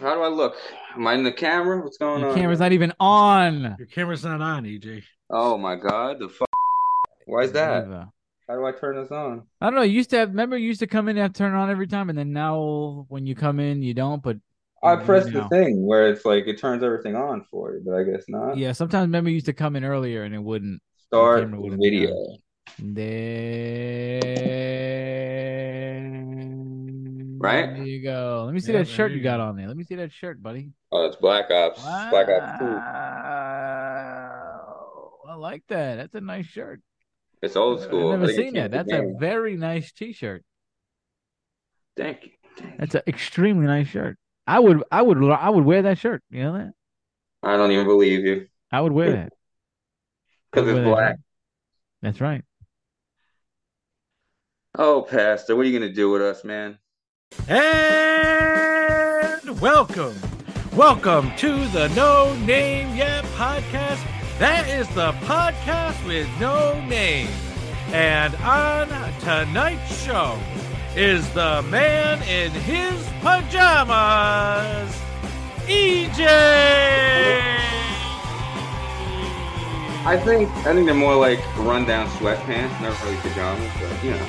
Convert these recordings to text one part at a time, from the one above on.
How do I look? Am I in the camera? What's going Your on? camera's not even on. Your camera's not on, E EJ. Oh my god, the f- Why is that? Eva. How do I turn this on? I don't know. You used to have. Remember, you used to come in and have to turn it on every time, and then now when you come in, you don't. But I Mm, pressed the no. thing where it's like it turns everything on for you, but I guess not. yeah, sometimes remember you used to come in earlier and it wouldn't. Start camera wouldn't be video. There, Right? there you go. Let me see Yeah, that shirt there you you got go. on there. Let me see that shirt, buddy. Oh, it's Black Ops. Black Ops 2. Wow. I like that. That's a nice shirt. It's old school. I've never I think it's seen that. the That's a game. very nice T-shirt. Thank you. Thank you. That's an extremely nice shirt. I would, I would, I would wear that shirt. You know that? I don't even believe you I would wear that. because Wear it's that black. shirt. That's right. Oh, Pastor, what are you gonna do with us, man? And welcome. Welcome to the No Name Yet podcast. That is the podcast with no name. And on tonight's show is the man in his pajamas, E EJ. I think I think they're more like rundown sweatpants, not really pajamas, but you know,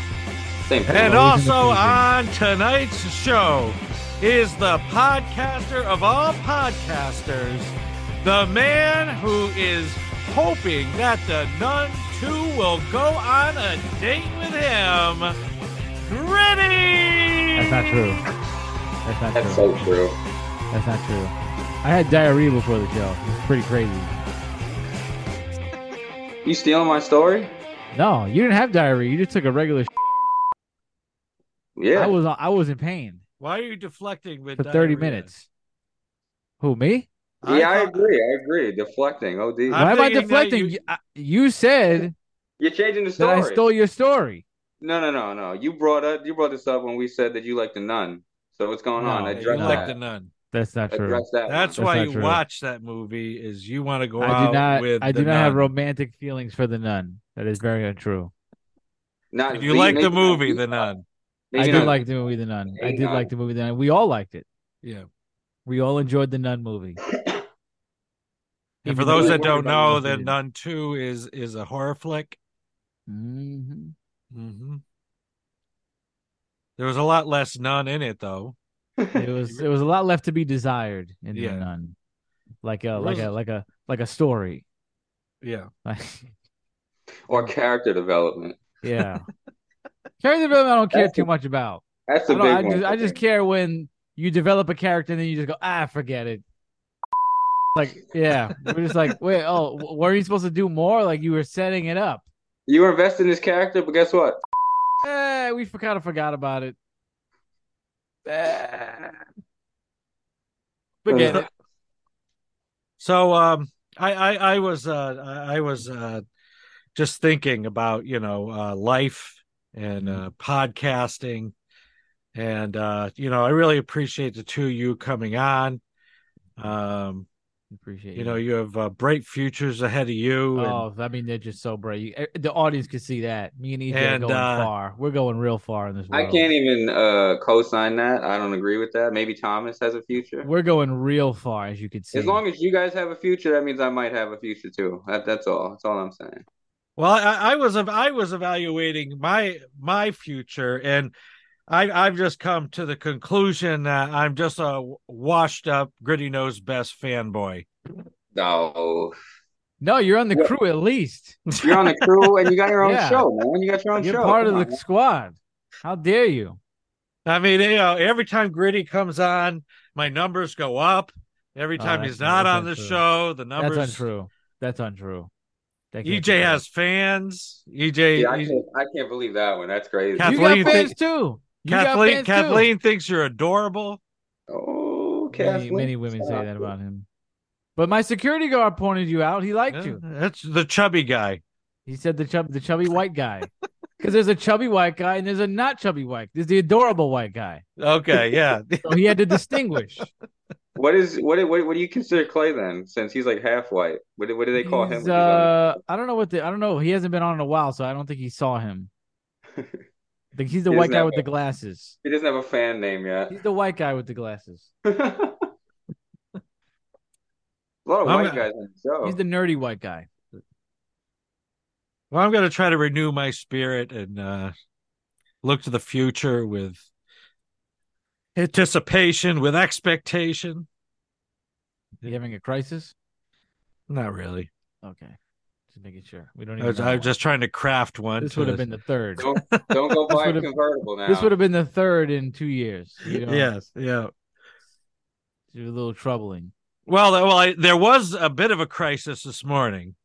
same thing. And Always in the also freezer. on tonight's show is the podcaster of all podcasters, the man who is hoping that the nun 2 will go on a date with him, Gritty! That's not true. That's not That's true. so true. That's not true. I had diarrhea before the show. It's pretty crazy. You stealing my story? No, you didn't have diarrhea. You just took a regular. Sh- I Yeah. was I was in pain Why are you deflecting with for thirty diarrhea? minutes. Who me? I yeah, I thought- agree. I agree. Deflecting. OD. I'm Why am I thinking that deflecting? you- You, I- you said You're changing the that story. I stole your story. No, no, no, no. You brought up. You brought this up when we said that you like the nun. So what's going No, on? yeah, Yeah, Address you No. like that. the nun. That's not true. Address that. That's, That's why not you true. watch that movie is you want to go I out do not. with I do the not have nun. romantic feelings for the nun. That is very untrue. Not If you the- like the maybe not movie, the nun. maybe I did not- like the movie The Nun. I Hang did on. like the movie The Nun. We all liked it. Yeah. We all enjoyed the Nun movie. And for those that Everybody don't know, knows we then did. Nun Two is is a horror flick. Mhm. Mm-hmm. There was a lot less nun in it, though. it was it was a lot left to be desired in Yeah. the nun like a It like a wasn't- like a like a story Yeah, like or character development. yeah character development i don't care That's too the- much about That's I, the don't- big I one. just, for I just me. care when you develop a character and then you just go ah forget it like yeah we're just like wait oh w- were you supposed to do more like you were setting it up You were invested in this character, but guess what? eh, we for, kind of forgot about it Eh. forget it So um, I I, I was uh, I I was uh, just thinking about you know uh, life and uh, podcasting, and uh, you know I really appreciate the two of you coming on. Um, appreciate you know you have uh, bright futures ahead of you. and- Oh, I mean, they're just so bright. You, eh, the audience can see that. Me and EJ And, are going uh, far. We're going real far in this I world. can't even uh, co-sign that. I don't agree with that. Maybe Thomas has a future. We're going real far, as you can see. As long as you guys have a future, that means I might have a future too. That, that's all. That's all I'm saying. Well, I, I was I was evaluating my my future, and I I've just come to the conclusion that I'm just a washed up, gritty nose best fanboy. No, no, you're on the Yeah. crew at least. you're on the crew and you got your own Yeah. show, man. You got your own You're show. part Come of on, the squad. How dare you? I mean, you know, every time Gritty comes on, my numbers go up. Every Oh, time that's he's not not- on the that's untrue. show, the numbers. That's untrue. That's untrue. That can't be EJ true. has fans. E EJ, Yeah, I can't, I can't believe that one. That's crazy. Kath- You Kathleen got fans think- too. You Kathleen got fans Kathleen thinks you're adorable. oh, too. Many, Kathleen. many women say that about him. But my security guard pointed you out. He liked Yeah, you. that's the chubby guy. He said the chub, the chubby white guy, because there's a chubby white guy and there's a not chubby white. There's the adorable white guy. Okay, yeah. So he had to distinguish. What is what, do- what? What do you consider Clay then? Since he's like half white, what, do- what do they call him? He's, when he's on the- uh, I don't know what the I don't know. He hasn't been on in a while, so I don't think he saw him. Like, he's the He white doesn't guy have with a- the glasses. He doesn't have a fan name yet. He's the white guy with the glasses. a lot of white I'm gonna- guys on the show. He's the nerdy white guy. Well, I'm going to try to renew my spirit and uh, look to the future with anticipation, with expectation. You having a crisis? Not really. Okay, just making sure we don't. I Even was, know I was one. just trying to craft one. This to- would have been the third. Don't, don't go buy a would've- convertible now. This would have been the third in two years. You know? Yes. Yeah. It's a little troubling. Well, there- well, I, there was a bit of a crisis this morning.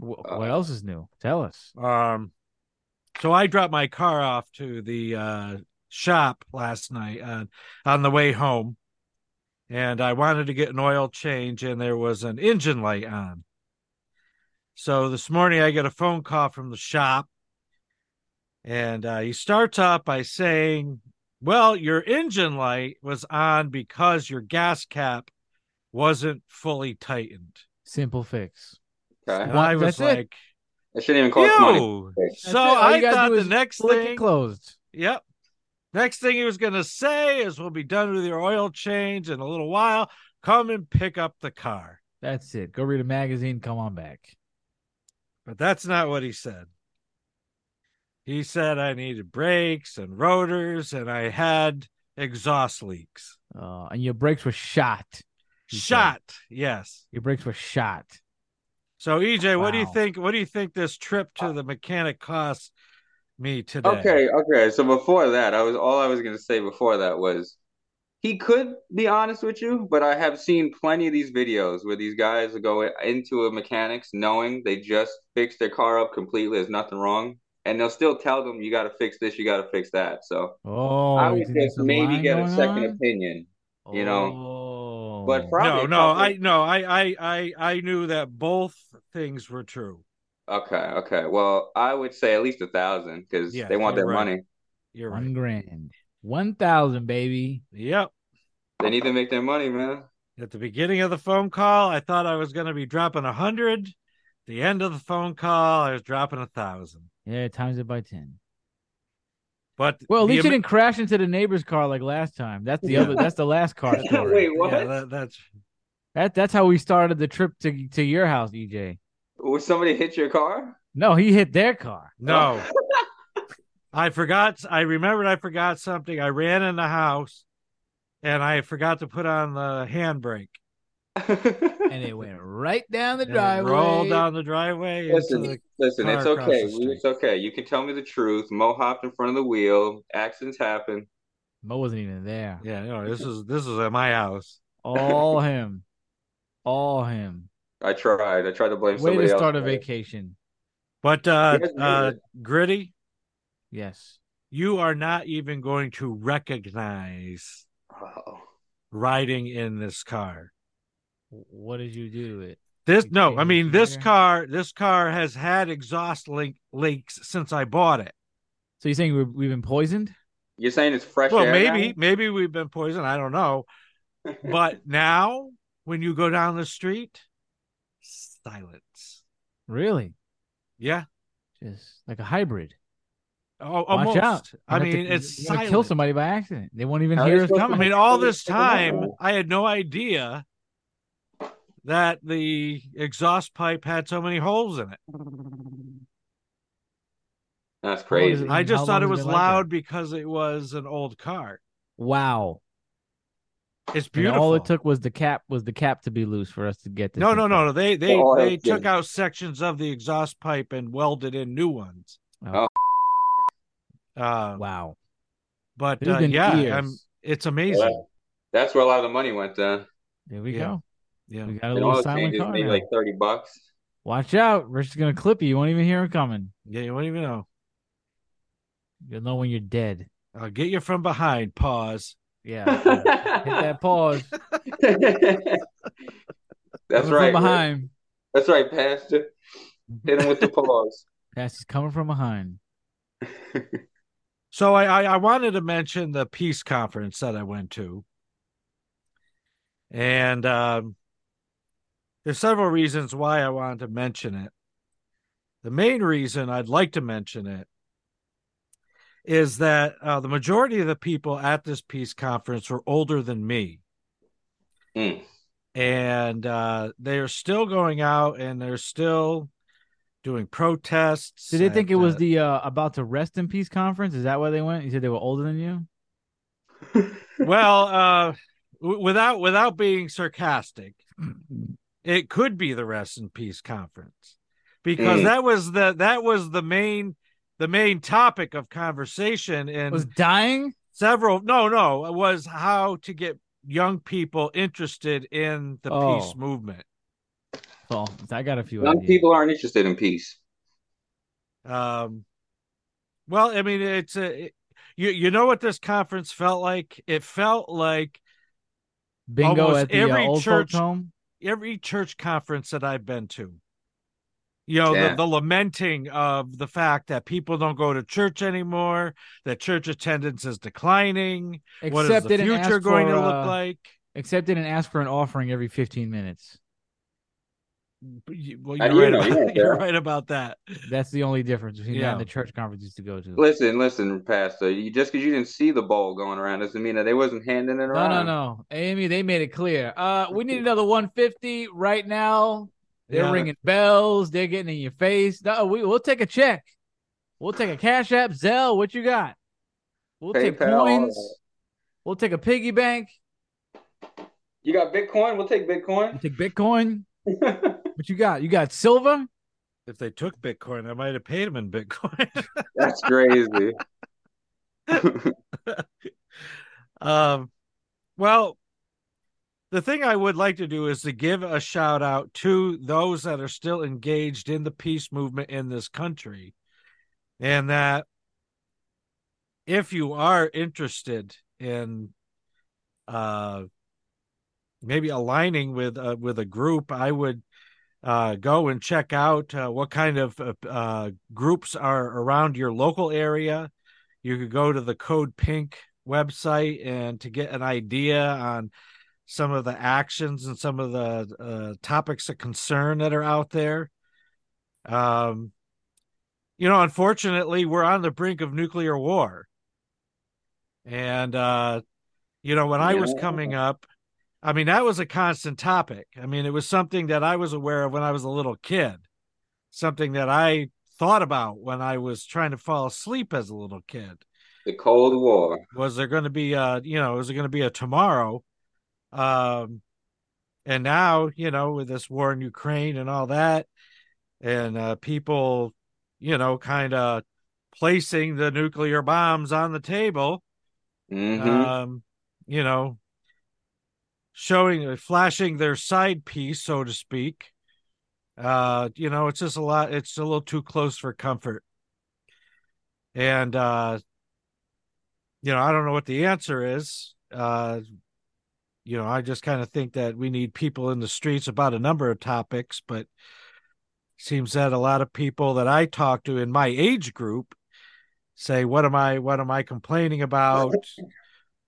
Wh- Uh, what else is new? Tell us. Um, so I dropped my car off to the uh, shop last night on on the way home, and I wanted to get an oil change, and there was an engine light on. So this morning I get a phone call from the shop, and uh, he starts off by saying, "Well, your engine light was on because your gas cap wasn't fully tightened." Simple fix. okay. And I Well, was that's it. like, I shouldn't even cost money. "Ew!" That's So it. All you I gotta thought do the is next Slick thing it closed. Yep. Next thing he was going to say is, We'll be done with your oil change in a little while. Come and pick up the car. That's it. Go read a magazine. Come on back. But that's not what he said. He said I needed brakes and rotors and I had exhaust leaks. Uh, and your brakes were shot. He said. Shot. Yes. Your brakes were shot. So EJ, what do you Wow. think? What do you think this trip to the mechanic cost me today? Uh, Okay, okay. So before that, I was all I was gonna say before that was he could be honest with you, but I have seen plenty of these videos where these guys go into a mechanics knowing they just fixed their car up completely, there's nothing wrong, and they'll still tell them you gotta fix this, you gotta fix that. So Oh, I you would think there's just some maybe lying get a going second on? Oh, opinion. you know. But No, probably no, probably- I no, I I I I knew that both things were true. Okay, okay. Well, I would say at least a thousand because Yeah, they want you're their right. money. You're right. one grand, one thousand, baby. Yep. They need to make their money, man. At the beginning of the phone call, I thought I was going to be dropping a hundred. The end of the phone call, I was dropping a thousand. Yeah, times it by ten. But Well, at the least you am- didn't crash into the neighbor's car like last time. That's the other. That's the last car story. Wait, what? Yeah, that, that's That that's how we started the trip to to your house, EJ. Would somebody hit your car? No, he hit their car. no. I forgot. I remembered I forgot something. I ran in the house, and I forgot to put on the handbrake. and it went right down the And it driveway. rolled down the driveway. into Listen, the- listen, it's car across okay. the We- street. It's okay. You can tell me the truth. Mo hopped in front of the wheel. Accidents happen. Mo wasn't even there. yeah, no, this is this is at my house. All him. All him. I tried. I tried to blame Way somebody to else. start a vacation. But uh, Yes, we uh, did. gritty, Yes. you are not even going to recognize Oh. riding in this car. W- What did you do to it? This You no, can't I use mean this vinegar? car. This car has had exhaust leak leaks since I bought it. So you're saying we've, we've been poisoned? You're saying it's fresh Well, air maybe maybe we've been poisoned. I don't know. now? But now, when you go down the street, silence. Really? Yeah. Just like a hybrid. Oh, Watch almost. out. I You're gonna have mean, to- it's you're gonna kill silent. somebody by accident. They won't even How are you hear us supposed to I coming. mean, all this Take it out. time, I had no idea that the exhaust pipe had so many holes in it. That's How long is crazy. I I mean, how just long thought it has it was been like that? loud because it was an old car. Wow. It's And beautiful. all it took was the cap was the cap to be loose for us to get this. No, thing no, no, going. no. They they all they have took been. out sections of the exhaust pipe and welded in new ones. Oh. Uh, Wow. but This has uh, been yeah, years. I'm, it's amazing. Yeah. That's where a lot of the money went then. There we Yeah. go. Yeah. We got a And little all the silent changes car. maybe now. like 30 bucks. Watch out. Rich is gonna clip you. You won't even hear him coming. yeah, you won't even know. You'll know when you're dead. I'll get you from behind. Pause. Yeah. Hit that pause. That's right. coming From Rick. behind. That's right, Pastor. Hit him with the pause. That's coming from behind. So I, I I wanted to mention the peace conference that I went to, and um, there's several reasons why I wanted to mention it. The main reason I'd like to mention it is that uh, the majority of the people at this peace conference were older than me. Mm. And uh, they are still going out and they're still doing protests. Did they think it was and, uh, the uh, about to rest in peace conference? Is that why they went? You said they were older than you. well, uh, w- without without being sarcastic, it could be the Rest in Peace conference because Mm. that was the that was the main the main topic of conversation in was dying. several no no it was how to get young people interested in the peace Oh. movement. Oh, I got a few Young ideas. people aren't interested in peace. Um, well, I mean, it's a it- you you know what this conference felt like? It felt like Bingo Almost at the every uh, old church- folks home. every church conference that I've been to. You know, Yeah. the, the lamenting of the fact that people don't go to church anymore, that church attendance is declining. what is Except the they didn't future ask going for, to uh, look like? Except they didn't ask for an offering every 15 minutes. But you- Well, Uh, you're, you right, know, about, yeah, you're yeah. right about that. That's the only difference between that Yeah. and the church conferences to go to. Listen, listen, Pastor. You, just because you didn't see the ball going around doesn't mean that they wasn't handing it No, around. no, no. Amy, they made it clear. Uh, we need another 150 right now. They're Yeah. ringing bells. They're getting in your face. No, we, we'll take a check. We'll take a cash app, Zelle. What you got? We'll take PayPal, uh, all coins. that. We'll take a piggy bank. You got Bitcoin? We'll take We'll Bitcoin. take Bitcoin. What you got? You got silver? If they took Bitcoin, I might have paid them in Bitcoin. That's crazy. um, well, the thing I would like to do is to give a shout out to those that are still engaged in the peace movement in this country. And that if you are interested in uh, maybe aligning with uh, with a group, I would uh, go and check out uh, what kind of uh, uh, groups are around your local area. You could go to the Code Pink website and to get an idea on some of the actions and some of the uh, topics of concern that are out there. Um, you know, unfortunately, we're on the brink of nuclear war. And, uh, you know, when I was Yeah. coming up, I mean, that was a constant topic. I mean, it was something that I was aware of when I was a little kid, something that I thought about when I was trying to fall asleep as a little kid the Cold War. was there going to be a you know was it going to be a tomorrow um and now you know with this war in ukraine and all that and uh people you know kind of placing the nuclear bombs on the table hmm Uh, um you know showing flashing their side piece so to speak uh you know it's just a lot it's a little too close for comfort and uh you know i don't know what the answer is uh you know i just kind of think that we need people in the streets about a number of topics but seems that a lot of people that i talk to in my age group say what am i what am i complaining about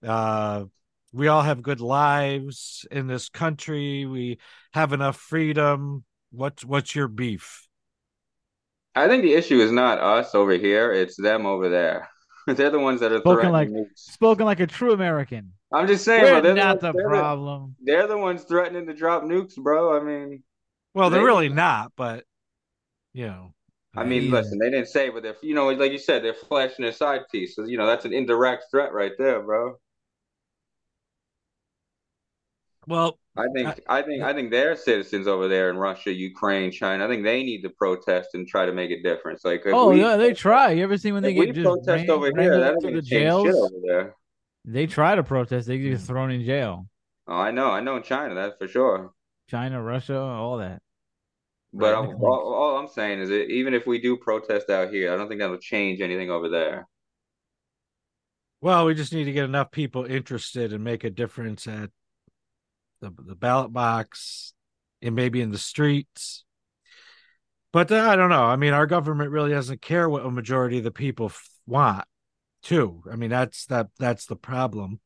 uh we all have good lives in this country we have enough freedom what's what's your beef I think the issue is not us over here; it's them over there. They're the ones that are Spoken threatening. like- nukes. Spoken like a true American. I'm just saying, bro, We're they're not the, ones- the they're problem. The, they're the ones threatening to drop nukes, bro. I mean, well they're They- really not but you know I mean, Yeah. listen, they didn't say, but they're you know, like you said, they're flashing their side piece. So, you know, that's an indirect threat right there, bro. well I Uh, think, I think, I think their citizens over there in Russia, Ukraine, China, I think they need to protest and try to make a difference. Like, if Oh we, yeah, they try. You ever seen when If they we get just protest ran- over here, wrangled that up ain't to gonna the change shit jails? over there. They try to protest. They get thrown in jail. Oh, I know, I know, in China, that's for sure. China, Russia, all that. But Right. I'm, all, all I'm saying is that even if we do protest out here, I don't think that'll change anything over there. Well, we just need to get enough people interested and make a difference at the the ballot box and maybe in the streets. But uh, I don't know. I mean, our government really doesn't care what a majority of the people f- want, too. I mean, that's that that's the problem.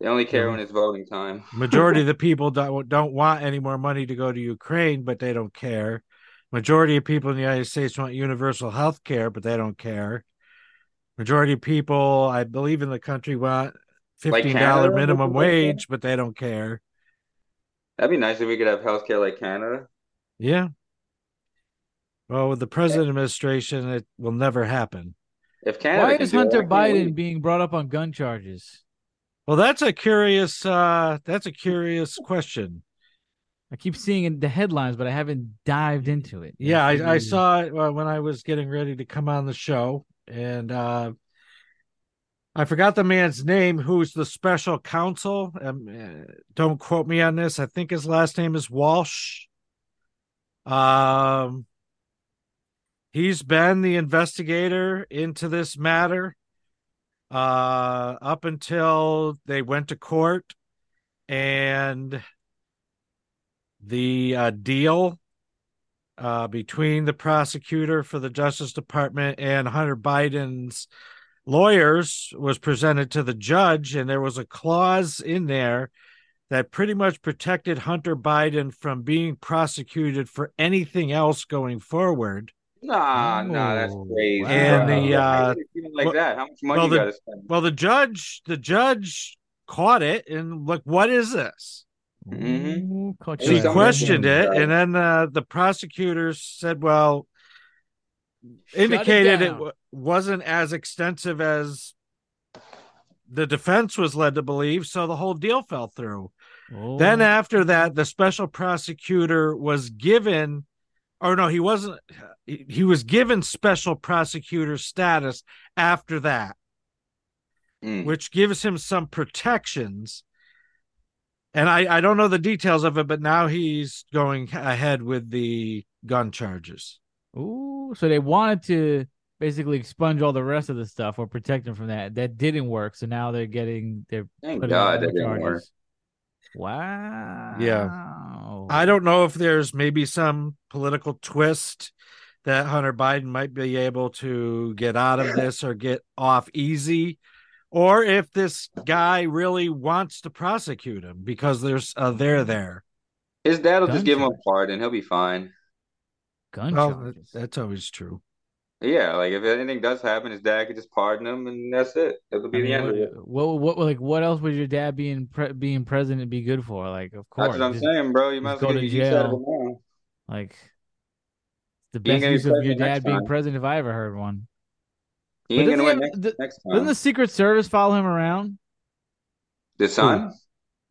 They only care Mm-hmm. Yeah. when it's voting time. Majority of the people don't don't want any more money to go to Ukraine, but they don't care. Majority of people in the United States want universal health care, but they don't care. Majority of people, I believe, in the country want Like fifteen dollar Canada, minimum something like that? wage, but they don't care. That'd be nice if we could have healthcare like Canada. Yeah. Well, with the present administration, it will never happen. If Canada, Why can is do it, Hunter why can't we? Biden being brought up on gun charges? Well, that's a curious. uh That's a curious question. I keep seeing in the headlines, but I haven't dived into it. Yeah, That's I, I really- saw it uh, when I was getting ready to come on the show, and uh, I forgot the man's name, who's the special counsel. Um, uh, don't quote me on this. I think his last name is Walsh. Um, he's been the investigator into this matter uh, up until they went to court, and the uh, deal uh, between the prosecutor for the Justice Department and Hunter Biden's lawyers was presented to the judge, and there was a clause in there that pretty much protected Hunter Biden from being prosecuted for anything else going forward. Nah, nah, that's Oh, crazy. and bro. the, uh, Even like well- that, how much money well, you the- gotta spend? Well, the judge, the judge caught it and like, what is this? Mhm. Ooh, caught Yeah. She you out. Something questioned in it, there. and then uh, the prosecutors said, "Well, Shut indicated it down. w- wasn't as extensive as the defense was led to believe, so the whole deal fell through. Oh. Then after that, the special prosecutor was given, or no, he wasn't. He he was given special prosecutor status after that, Hmm. Mm. which gives him some protections. And I, I don't know the details of it, but now he's going ahead with the gun charges. Ooh, so they wanted to basically expunge all the rest of the stuff or protect them from that. That didn't work, so now they're getting they're Thank putting God on that didn't work. charges. Wow. I don't know if there's maybe some political twist that Hunter Biden might be able to get out of this or get off easy, or if this guy really wants to prosecute him because there's a there there. His dad will Gun just give him a charge. pardon. He'll be fine. gun Well, charges. that's always true. Yeah, like if anything does happen, his dad could just pardon him, and that's it. It'll I be the mean, end what, of it. what what like what else would your dad being pre- being president be good for? Like of course, That's what I'm just, saying, bro. You might as just well go get to your use out of jail. it now. like the He ain't best gonna be use president of your next dad being time. president if I ever heard one. He ain't But gonna win doesn't he next, have- th- next Doesn't time. the Secret Service follow him around? the son?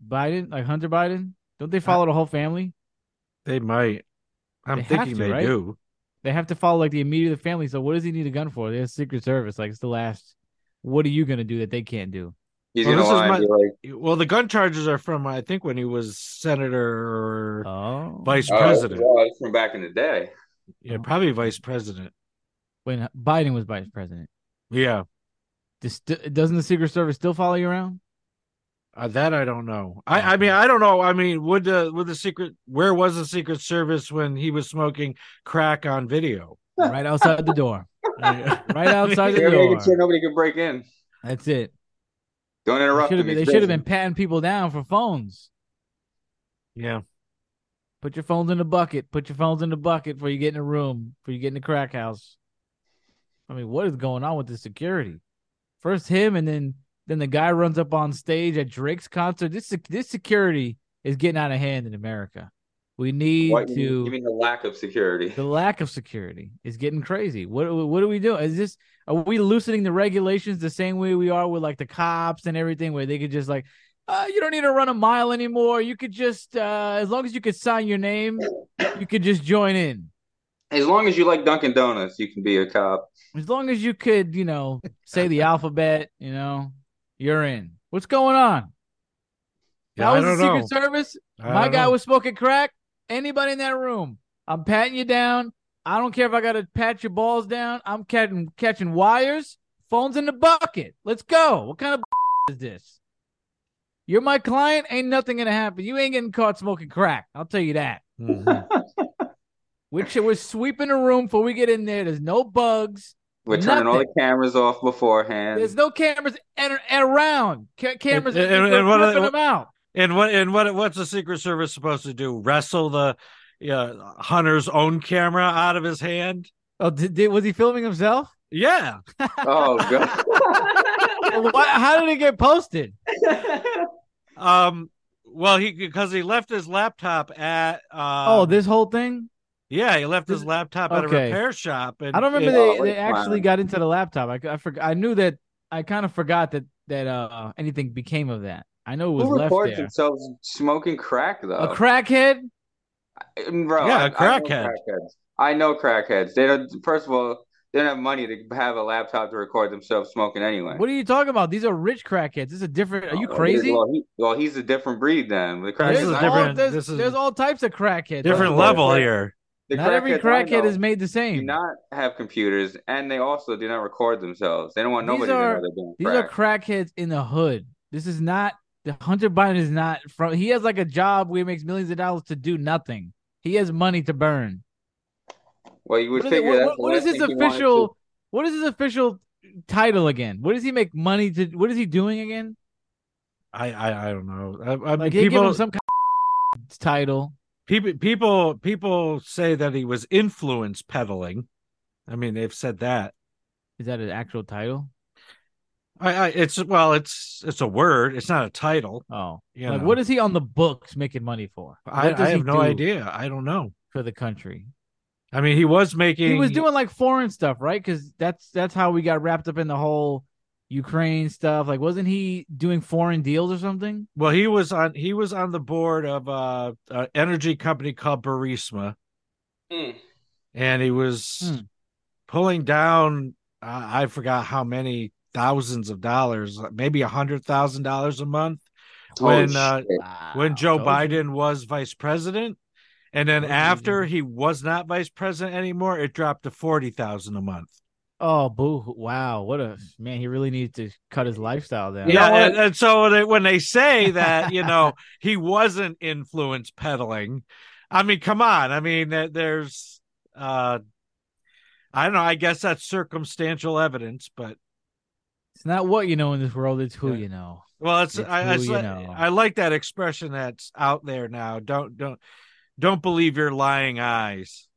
Biden, like Hunter Biden, don't they follow the whole family? They might. I'm They have thinking to, they right? do. They have to follow like the immediate of the family. So what does he need a gun for? They have Secret Service. Like it's the last. What are you gonna do that they can't do? He's Well, gonna this is lie and my- be like, Well, the gun charges are from I think when he was senator or Oh, vice "Oh, president. well, it's from back in the day." Yeah, uh-huh. probably vice president. when Biden was vice president, Yeah. Does- doesn't the Secret Service still follow you around? Uh, that I don't know. I, I Okay. mean, I don't know. I mean, would the would the secret where was the Secret Service when he was smoking crack on video? Right outside the door. Right outside the They're making door. sure nobody can break in. That's it. Don't They interrupt should have him. been, He's they should have busy. been patting people down for phones. yeah, Put your phones in the bucket. Put your phones in the bucket before you get in a room. Before you get in the crack house. I mean, what is going on with the security? First him, and then then the guy runs up on stage at Drake's concert. This sec- this security is getting out of hand in America. We need What, you, to. mean, you mean the lack of security? the lack of security is getting crazy. What what do we do? Is this are we loosening the regulations the same way we are with like the cops and everything, where they could just like, uh, you don't need to run a mile anymore. You could just uh, as long as you could sign your name, you could just join in. As long as you like Dunkin' Donuts, you can be a cop. As long as you could, you know, say the alphabet, you know, you're in. What's going on? yeah that I was the don't know. Secret Service. I My don't guy know. was smoking crack. Anybody in that room, I'm patting you down. I don't care if I gotta pat your balls down. I'm catching catching wires. Phones in the bucket. Let's go. What kind of is this? You're my client. Ain't nothing gonna happen. You ain't getting caught smoking crack. I'll tell you that. Mhm. We're, we're sweeping the room before we get in there. There's no bugs. We're turning all the Nothing. cameras off beforehand. There's no cameras en- around. Ca- cameras And- and, and- and what are- them out. and what and what what's the Secret Service supposed to do? Wrestle the yeah hunter's own camera out of his hand? Oh, did, did, was he filming himself? Yeah. Oh god. Why, how did it get posted? Um. Well, he because he left his laptop at. Um, oh, this whole thing. Yeah, he left his this- laptop at a okay. repair shop. And I don't remember it- Oh, they, they it's actually fine. got into the laptop. I, I forgot. I knew that. I kind of forgot that that uh anything became of that. I know it Who was left records there. themselves smoking crack though? A crackhead. Bro, Yeah, I- I know a crackhead. crackheads. I know crackheads. They don't. First of all, they don't have money to have a laptop to record themselves smoking anyway. What are you talking about? These are rich crackheads. This is a different. Are you Oh, crazy? Well, he, well, he's a different breed then. The This There's, crackheads. is I- different. all, there's, this is- there's all types of crackheads. different Right. level here. the Not every crackheads I crackhead know is made the Do same. not have computers, and they also do not record themselves. They don't want These nobody are- to know they're doing These crack. are crackheads in the hood. This is not the Hunter Biden is not from. He has like a job where he makes millions of dollars to do nothing. He has money to burn. well, you would What is, it- figure what- that's what- the what is last his thing he wanted official? What is his official title again? What does he make money to? What is he doing again? I I, I don't know. I, I mean, Like he give people him some kind of title. people people people say that he was influence peddling. I mean, they've said that. Is that an actual title? I, I it's well, it's it's a word. It's not a title. Oh, You like know. what is he on the books making money for? I, What does I he have no do idea. I don't know. for the country. I mean, he was making. he was doing like foreign stuff, right? Because that's that's how we got wrapped up in the whole Ukraine stuff. Like, wasn't he doing foreign deals or something? Well, he was on. He was on the board of uh, an energy company called Burisma, to. Mm. and he was Hmm. pulling down. Uh, I forgot how many thousands of dollars, maybe a hundred thousand dollars a month, when Holy uh, shit. Ah, when Joe Wow, told you. Biden was vice president, and then Told you. after he was not vice president anymore, it dropped to forty thousand a month. Oh, boo! Wow, what a man! He really needs to cut his lifestyle down. Yeah, know what? and, and so they, when they say that, you know, he wasn't influence peddling. I mean, come on. I mean, there- there's, uh, I don't know. I guess that's circumstantial evidence, but it's not what you know in this world; it's who Yeah. you know. well, it's, It's I, I, who you sli- know. I like that expression that's out there now. Don't don't don't believe your lying eyes.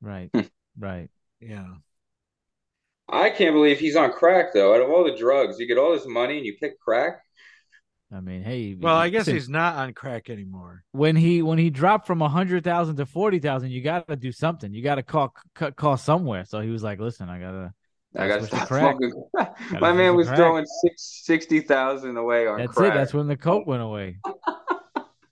Right, Hmm. right. Yeah. I can't believe he's on crack though. Out of all the drugs, you get all this money and you pick crack. I mean, hey. Well, I guess listen, he's not on crack anymore. when he when he dropped from a hundred thousand to forty thousand. You got to do something. You got to call c- call somewhere. So he was like, "Listen, I gotta." I gotta That's what stop the crack- smoking. gotta My man switch was the crack. throwing six sixty thousand away on That's crack. it. That's when the coat went away.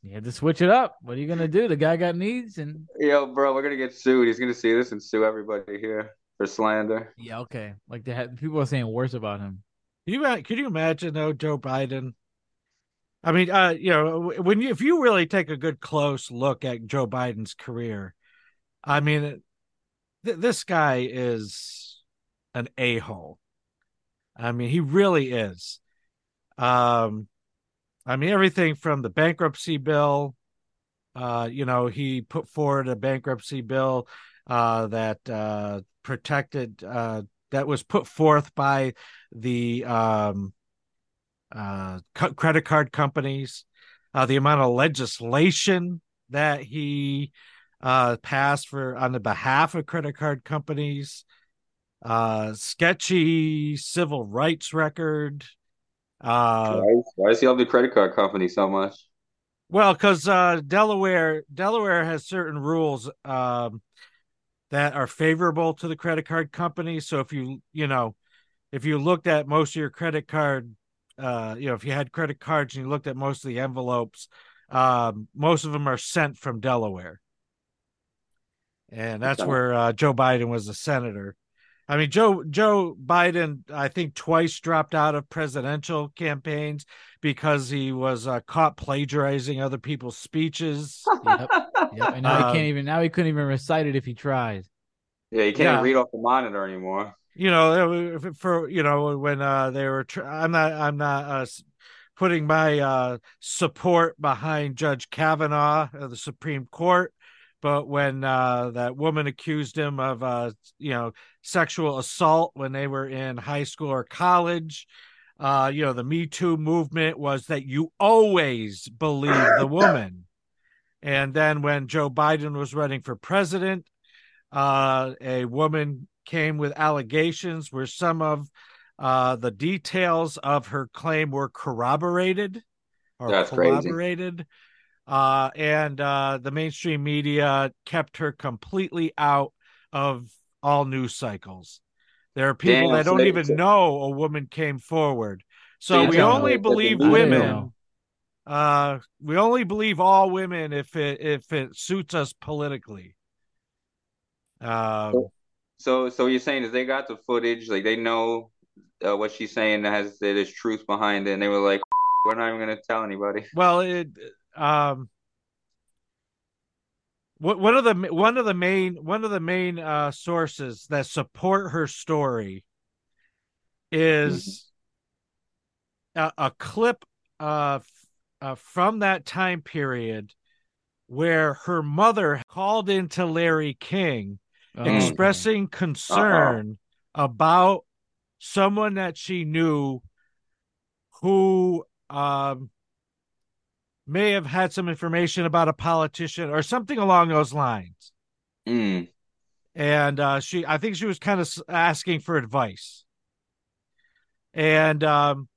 you had to switch it up. What are you gonna do? The guy got needs, and Yo, bro, we're gonna get sued. He's gonna see this and sue everybody here for slander. yeah, okay. Like they had people are saying worse about him. Can you ma- can you imagine though Joe Biden? I mean, uh, you know, when you if you really take a good close look at Joe Biden's career, I mean, th- this guy is an a hole. I mean, he really is. Um, I mean, everything from the bankruptcy bill. Uh, you know, he put forward a bankruptcy bill uh, that uh, protected uh, that was put forth by the um, uh, co- credit card companies, uh, the amount of legislation that he uh, passed for on the behalf of credit card companies, uh, sketchy civil rights record. Uh, why, why does he love the credit card company so much? well, because uh, Delaware Delaware has certain rules um, that are favorable to the credit card company. So if you you know if you looked at most of your credit card, uh, you know if you had credit cards and you looked at most of the envelopes, um, most of them are sent from Delaware, and that's Okay. where uh, Joe Biden was a senator. I mean, Joe Joe Biden, I think twice dropped out of presidential campaigns because he was uh, caught plagiarizing other people's speeches. Yep. yep. And now Um, he can't even. Now he couldn't even recite it if he tried. Yeah, you can't Yeah. even read off the monitor anymore. you know if- for you know when uh they were tr- i'm not i'm not uh s- putting my uh support behind judge kavanaugh of the supreme court but when uh that woman accused him of uh you know sexual assault when they were in high school or college uh you know the me too movement was that you always believe the woman and then when joe biden was running for president uh, a woman came with allegations where some of uh, the details of her claim were corroborated or That's crazy. corroborated. Uh, and uh, the mainstream media kept her completely out of all news cycles. There are people Damn that don't straight. even know a woman came forward. So Damn we straight. only That's believe amazing. women. Uh, we only believe all women if it if it suits us politically. Um, So, so you're saying is they got the footage, like they know uh, what she's saying has there's truth behind it, and they were like, "We're not even gonna tell anybody." well, it um, wh- one of the one of the main one of the main uh, sources that support her story is a, a clip uh, f- uh, from that time period where her mother called into Larry King Hmm. Oh. expressing concern about someone that she knew who um, may have had some information about a politician or something along those lines. Mm. And uh, she, I think she was kind of s- asking for advice. And um,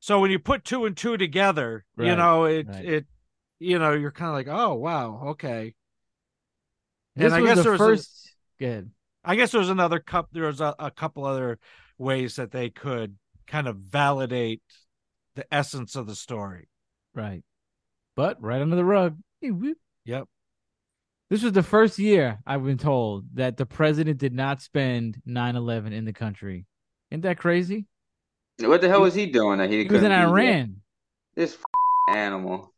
so when you put two and two together, you Right, know, it, right. it, you know, you're kind of like, oh, wow, okay. This and I was guess the there was a- first. Good. I guess there was another cup. There was a, a couple other ways that they could kind of validate the essence of the story. Right. But right under the rug. Hey, whoop. Yep. This was the first year I've been told that the president did not spend 9 11 in the country. Isn't that crazy? What the hell was he doing that he, He was couldn't in be there? Iran. This animal.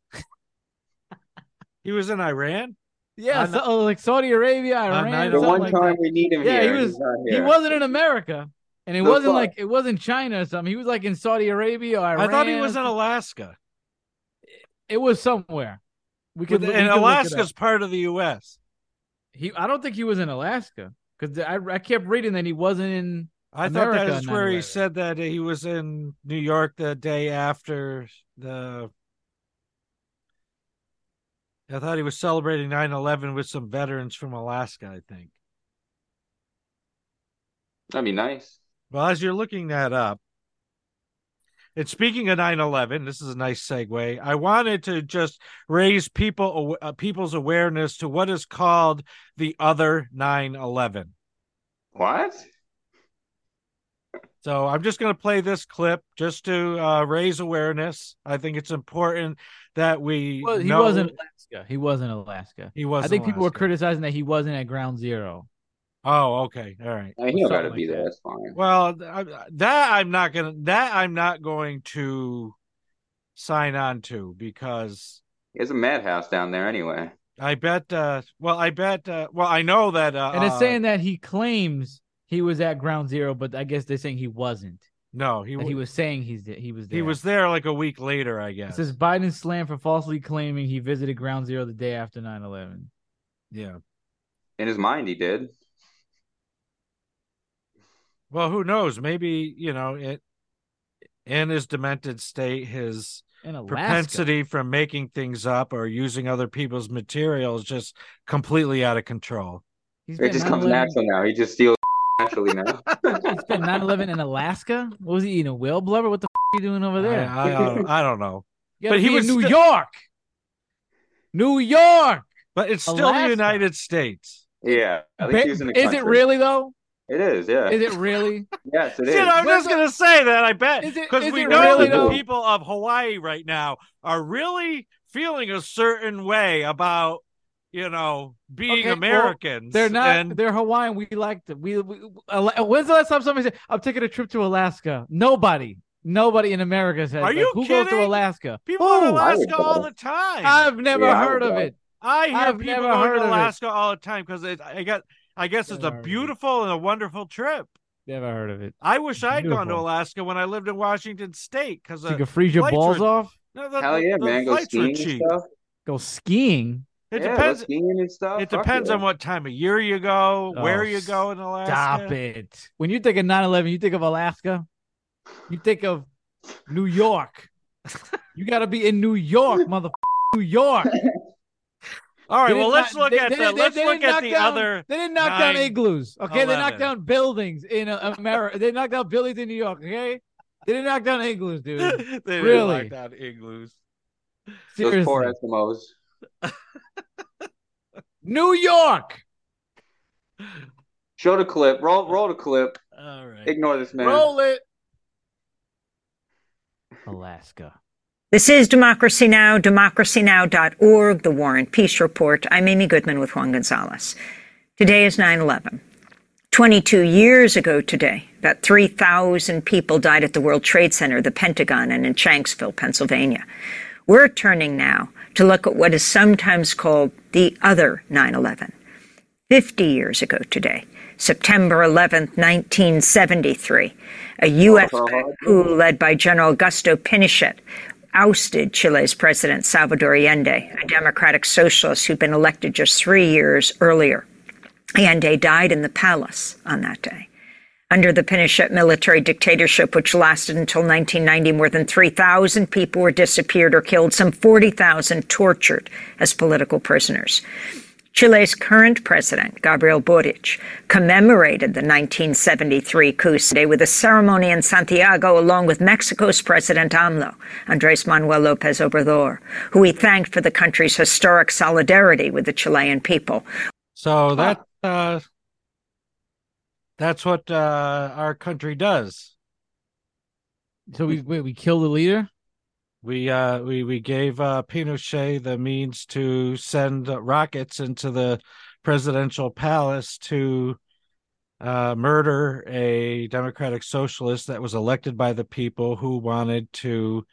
He was in Iran. Yeah, On so, oh, like Saudi Arabia, on Iran. The The something one like that. time we need him Yeah, here, he he's was- not He here. wasn't in America, and it The wasn't fuck? like it wasn't China or something. He was like in Saudi Arabia. Or Iran I thought he or was in something. Alaska. It was somewhere. We could. With- we and could look it up. Alaska's part of the U.S. He. I don't think he was in Alaska because I, I kept reading that he wasn't in. I thought America that is where he 9/11. said that he was in New York the day after the. I thought he was celebrating 9 11 with some veterans from Alaska, I think. That'd be nice. Well, as you're looking that up, and speaking of 9/11, this is a nice segue. I wanted to just raise people uh, people's awareness to what is called the other 9/11. What? So I'm just going to play this clip just to uh, raise awareness. I think it's important that we. Well, he know- wasn't in Alaska. He wasn't in Alaska. He was. I think people were critical. criticizing that he wasn't at Ground Zero. Oh, okay, all right. I mean, he don't got to Something be like there. that. That's fine. Well, I- that I'm not gonna. That I'm not going to sign on to because It's a madhouse down there anyway. I bet. Uh, well, I bet. Uh, well, I know that. Uh, And uh, it's saying that he claims he was at Ground Zero, but I guess they're saying he wasn't. no. He That he was. was saying he's there. he was there. He was there like a week later, I It guess. says Biden slammed for falsely claiming he visited Ground Zero the day after 9/11. yeah. In his mind, he did. Well, who knows? Maybe you know it. In his demented state, his In Alaska. propensity from making things up or using other people's materials just completely out of control. He's It been just comes 9/11 natural now. He just steals naturally now. He's been 9/11 in Alaska. What was he eating? Whale blubber? What the f- are you doing over Oh, there? I, I don't, I don't know, You but gotta he be was in New still- York. New York. but it's still Alaska. the United States. yeah. At least he was in the is it country. really though? It is, yeah. Is it really? yes, it Shit, is. I'm Where's just the- gonna say that. I bet Is it- because is we it know really, that the though? people of Hawaii right now are really feeling a certain way about you know being Okay, well, Americans. They're not. and- They're Hawaiian. We like them. We, we Ala- when's the last time somebody said, "I'm taking a trip to Alaska"? Nobody. Nobody in America says. Are that. you Who goes kidding? to Alaska? people Who? in I would Alaska all go. the time. Oh, I've never Yeah, I heard would of go. it. I hear I've people never going heard to of it. Alaska all the time because I got. I guess it's Never a heard of it. beautiful and a wonderful trip. Never heard of it. I wish I'd gone to Beautiful. Alaska when I lived in Washington State because So you can freeze your flights balls were- off. no, the, Hell the- yeah, the man. Go flights skiing were and cheap. stuff. Go skiing. It yeah, depends. Go skiing and stuff. It Fuck depends yeah. on what time of year you go, Oh, where you go in Alaska. Stop it. When you think of 9 11, you think of Alaska. You think of New York. you got to be in New York, mother. New York. All They did right. Well, let's not- look they- at they the didn't- they let's didn't look at knock the down- other. They didn't knock down nine, igloos. Okay, they knocked 11. down buildings in uh, America. they knocked down buildings in New York. Okay, they didn't knock down igloos, they dude. didn't knock Really? down igloos. Those poor Seriously, Eskimos. New York. Show the clip. Roll roll the clip. All right. Ignore this man. Roll it. Alaska. This is Democracy Now!, democracynow.org, The War and Peace Report. I'm Amy Goodman with Juan Gonzalez. Today is 9 11. 22 years ago today, about 3,000 people died at the World Trade Center, the Pentagon, and in Shanksville, Pennsylvania. We're turning now to look at what is sometimes called the other 9 11. 50 years ago today, September 11th, 1973, a U.S. coup led by General Augusto Pinochet ousted Chile's President Salvador Allende, a democratic socialist who'd been elected just three years earlier. Allende died in the palace on that day. Under the Pinochet military dictatorship, which lasted until 1990, more than 3,000 people were disappeared or killed, some 40,000 tortured as political prisoners. Chile's current president, Gabriel Boric, commemorated the 1973 coup today with a ceremony in Santiago along with Mexico's President AMLO, Andres Manuel Lopez Obrador, who he thanked for the country's historic solidarity with the Chilean people. So that uh, that's what uh, our country does. So we wait, we kill the leader. We uh, we we gave uh, Pinochet the means to send rockets into the presidential palace to uh, murder a democratic socialist that was elected by the people who wanted to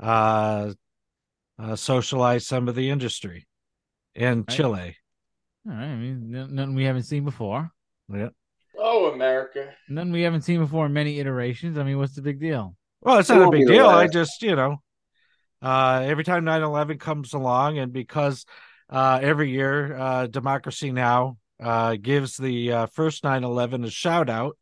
uh, uh, socialize some of the industry in Right. Chile. All right. I mean, n- nothing we haven't seen before. Yeah. Oh, America. Nothing we haven't seen before in many iterations. I mean, what's the big deal? Well, it's It not a won't be big the deal. I last. just, you know, uh, every time 9 11 comes along, and because uh, every year uh, Democracy Now! Uh, gives the uh, first 9 11 a shout out,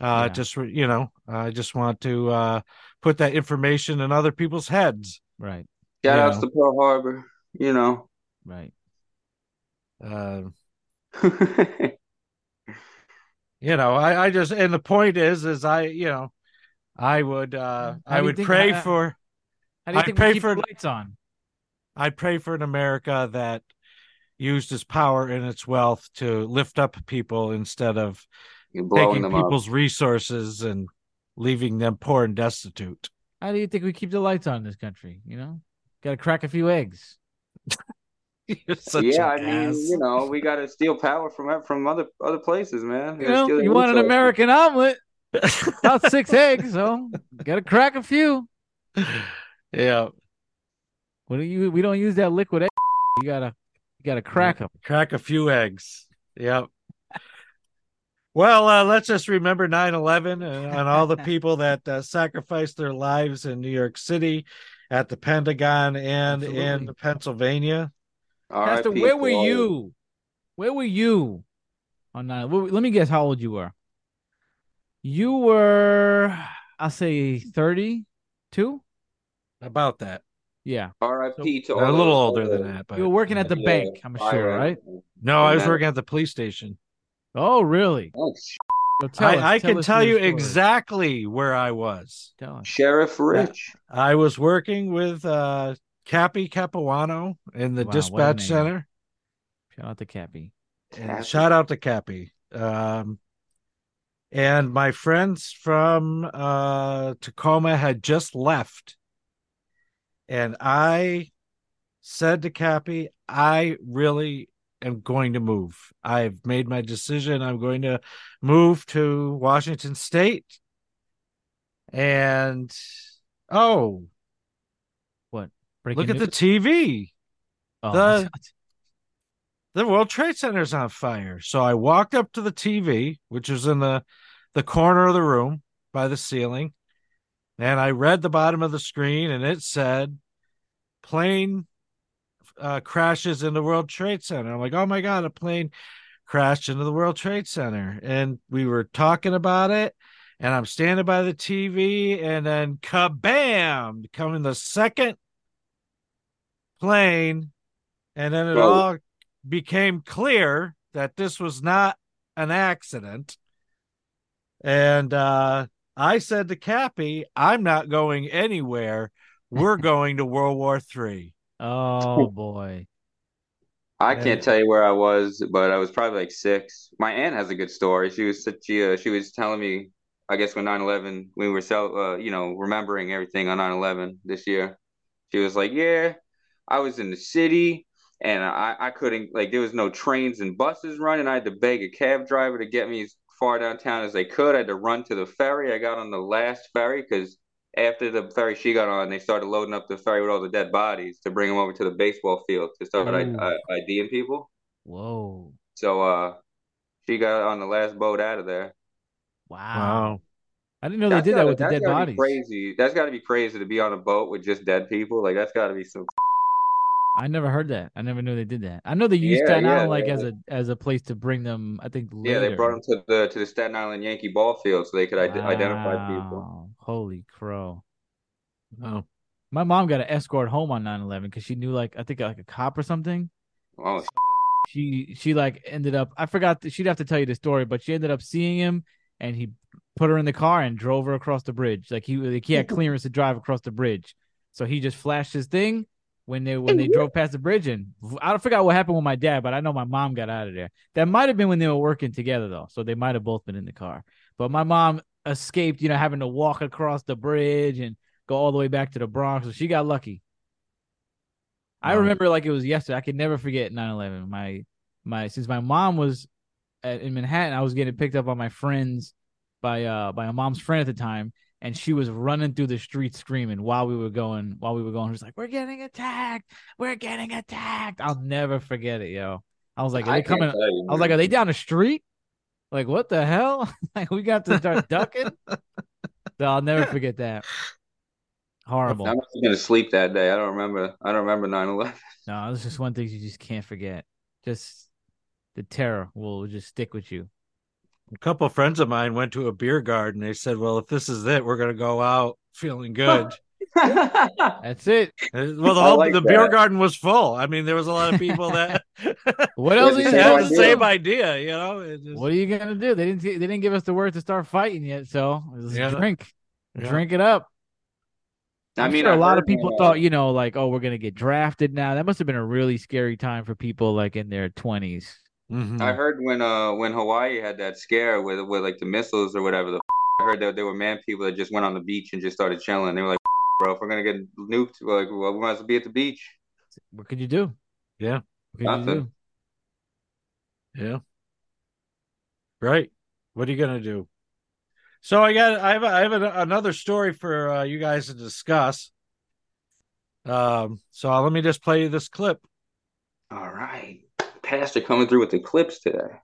uh, Yeah. just, re- you know, I just want to uh, put that information in other people's heads. Right. Shout Yeah. outs to Pearl Harbor. You know. Right. Uh, you know, I, I just, and the point is, is I, you know, I would, uh, How I do you would think- pray how- for. How do you I think pray we keep for- the lights on? I pray for an America that used its power and its wealth to lift up people instead of You're blowing taking them up. people's resources and leaving them poor and destitute. How do you think we keep the lights on in this country? You know, got to crack a few eggs. You're such yeah, I an ass. mean, you know, we gotta steal power from e, from other other places, man. We You gotta know, steal their you want an resources. American omelet, about six eggs, so got to crack a few. yeah, What do you? We don't use that liquid. Egg. You gotta, you gotta crack them. crack a few eggs. Yep. Well, uh, let's just remember 9 11 and, and all the people that uh, sacrificed their lives in New York City, at the Pentagon, and in Absolutely. Pennsylvania. Pastor, RIP where to were all- you? Where were you on nine? well, Let me guess how old you were. You were, I'll say, thirty-two. About that. Yeah, RIP to A all those little older other- than that, but you were working at the Yeah. bank. I'm sure, IRA. right? no, I was Yeah. working at the police station. Oh, really? Oh, sh- So tell us- I, I can us tell your you story. exactly where I was. Tell us. Sheriff Rich. I was working with uh Cappy Capuano in the Wow, what a dispatch name. center. Shout out to Cappy. And Cappy. Shout out to Cappy. Um and my friends from uh Tacoma had just left. And I said to Cappy, I really am going to move. I've made my decision. I'm going to move to Washington State. And oh, Breaking look at the news. TV. Oh, the- The World Trade Center's on fire. So I walked up to the TV, which was in the the corner of the room by the ceiling, and I read the bottom of the screen and it said plane uh, crashes into World Trade Center. I'm like, "Oh my god, a plane crashed into the World Trade Center." And we were talking about it and I'm standing by the TV and then kabam, coming the second plane And then it Well- all became clear that this was not an accident. And uh, I said to Cappy, I'm not going anywhere. We're going to World War Three. Oh boy. I Yeah. can't tell you where I was, but I was probably like six. My aunt has a good story. She was such- she uh, she was telling me, I guess when 9/11 we were so uh, you know remembering everything on 9/11 this year. She was like, yeah, I was in the city and I I couldn't like there was no trains and buses running. I had to beg a cab driver to get me as far downtown as they could. I had to run to the ferry. I got on the last ferry because after the ferry she got on, they started loading up the ferry with all the dead bodies to bring them over to the baseball field to start I, Ooh. I, IDing people. Whoa. So uh, she got on the last boat out of there. Wow. I didn't know Oh, they That's did that gotta- with the that's dead gotta be bodies. Crazy. That's got to be crazy to be on a boat with just dead people. Like that's got to be some. I never heard that. I never knew they did that. I know they used Yeah, Staten yeah, Island like yeah. as a as a place to bring them. I think later. Yeah, they brought them to the to the Staten Island Yankee ball field so they could ide- identify people. Wow. Holy crow! Oh. My mom got an escort home on 9-11 because she knew like I think like a cop or something. Oh, s- She she like ended up. I forgot that she'd have to tell you the story, but she ended up seeing him and he put her in the car and drove her across the bridge. Like he like he had clearance to drive across the bridge, so he just flashed his thing when they when they drove past the bridge and I don't forgot what happened with my dad, but I know my mom got out of there. That might have been when they were working together though, so they might have both been in the car. But my mom escaped, you know, having to walk across the bridge and go all the way back to the Bronx. So she got lucky. I Wow. remember like it was yesterday. I could never forget 9-11. My my since my mom was at, in Manhattan, I was getting picked up by my friends by uh by my mom's friend at the time, and she was running through the street screaming while we were going while we were going. She was like, "We're getting attacked! We're getting attacked!" I'll never forget it, yo. I was like, "Are I they can't coming?" tell you, I was like, "Are they down the street?" Like, what the hell? like, we got to start ducking. So I'll never forget that. Horrible. I was gonna sleep that day. I don't remember. I don't remember 9/11. No, it's just one thing you just can't forget. Just the terror will just stick with you. A couple friends of mine went to a beer garden. They said, Well, if this is it, we're gonna go out feeling good. That's it. Uh, Well, the I whole like the beer that. garden was full. I mean, there was a lot of people that What Yeah, else the are you same had gonna the idea. same do? idea. You know, It just- What are you gonna do? They didn't. They didn't give us the word to start fighting yet. So just Yeah. drink, Yeah. drink it up. I I'm mean, sure a I lot of heard, people uh, thought, you know, like, oh, we're gonna get drafted now. That must have been a really scary time for people like in their twenties. Mhm. I heard when uh when Hawaii had that scare with with like the missiles or whatever. The I heard that there were man people that just went on the beach and just started chilling. They were like, "Bro, if we're gonna get nuked, we're like, well, we might as well be at the beach." What could you do? Yeah. What could you Nothing. do? Yeah. Right. What are you gonna do? So I got I have I have an, another story for uh, you guys to discuss. Um. So let me just play you this clip. All right, Pastor coming through with the clips today.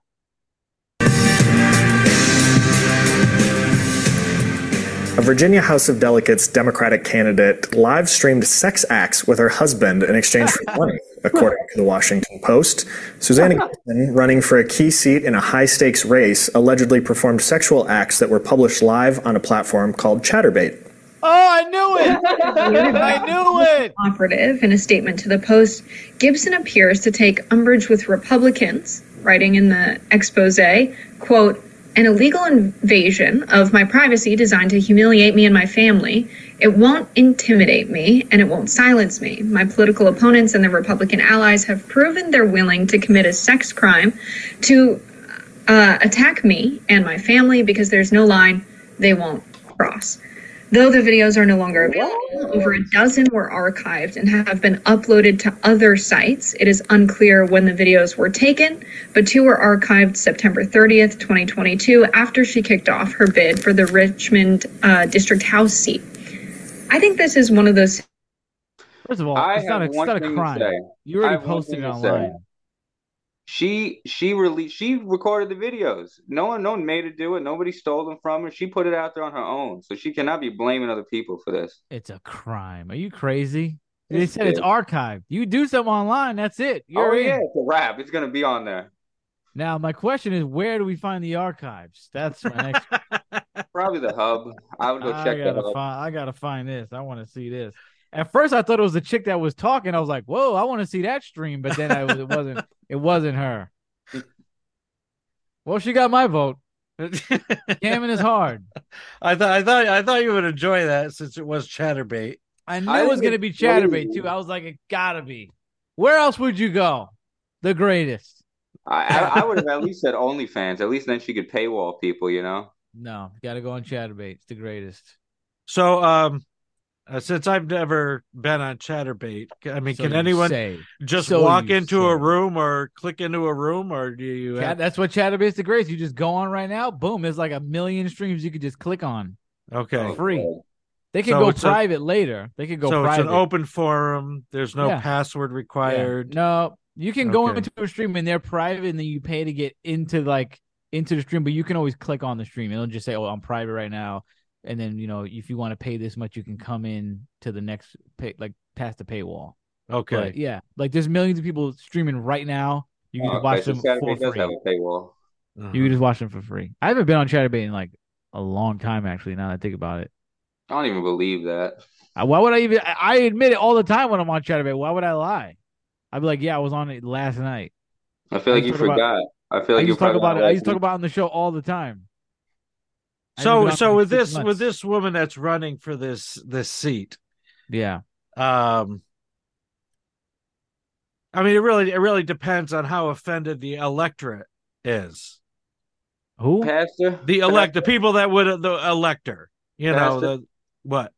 A Virginia House of Delegates Democratic candidate live streamed sex acts with her husband in exchange for money, according to the Washington Post. Susanna Gibson, running for a key seat in a high stakes race, allegedly performed sexual acts that were published live on a platform called Chatterbait. Oh, I knew it. I knew it. operative in a statement to the Post, Gibson appears to take umbrage with Republicans, writing in the expose, quote, an illegal invasion of my privacy designed to humiliate me and my family. It won't intimidate me and it won't silence me. My political opponents and their Republican allies have proven they're willing to commit a sex crime to uh, attack me and my family because there's no line they won't cross. Though the videos are no longer available, over a dozen were archived and have been uploaded to other sites. It is unclear when the videos were taken, but two were archived September 30th, 2022, after she kicked off her bid for the Richmond uh, District House seat. I think this is one of those First of all, I it's not a, have it's one not a thing to crime. say. You I already have one posted thing it to say. online. She she released she recorded the videos. No one no one made her do it. Nobody stole them from her. She put it out there on her own, so she cannot be blaming other people for this. It's a crime. Are you crazy? They It's said it's big. archived. You do something online, that's it. You're oh in. yeah, it's a wrap. It's gonna be on there. Now my question is, where do we find the archives? That's my next. Probably the hub. I would go I check that gotta out. find. I gotta find this. I want to see this. At first, I thought it was the chick that was talking. I was like, "Whoa, I want to see that stream," but then I, was- it wasn't. It wasn't her. Well, she got my vote. Gammon is hard. I thought I thought I thought you would enjoy that since it was chatterbait. I knew I it was think going to be it's really- Chatterbait too. I was like, it gotta be. Where else would you go? The greatest. I, I, I would have at least said OnlyFans. At least then she could paywall people, you know? No, got to go on Chatterbait. It's the greatest. So um uh, since I've never been on chatterbait, I mean, So can you anyone say. just So walk you into a say. room or click into a room or do you Chat- have- that's what Chatterbait's the greatest. You just go on right now. Boom, there's like a million streams you could just click on. Okay. Oh, Free. God. They could So go it's a- private later. They could go so private. it's an open forum. There's no Yeah. password Yeah. required. No, you can go Okay. into a stream and they're private, and then you pay to get into like into the stream. But you can always click on the stream. It'll just say, "Oh, I'm private right now," and then you know if you want to pay this much, you can come in to the next pay, like past the paywall. Okay. But yeah, like there's millions of people streaming right now. You can Oh, okay, watch so them for Chatterbait does free. have a paywall. Uh-huh. You can just watch them for free. I haven't been on Chatterbait in like a long time, actually. Now that I think about it, I don't even believe that. I- why would I even? I, I admit it all the time when I'm on Chatterbait. Why would I lie? I'd be like, yeah, I was on it last night. I feel I like you talk about- forgot. I feel like I you used to talk probably about it. I used to like- talk about it on the show all the time. I haven't so been on so for with six this with months. this woman that's running for this this seat, yeah, um I mean it really it really depends on how offended the electorate is. who? Pastor, The elect the people that would the elector, you know, Pastor. the what?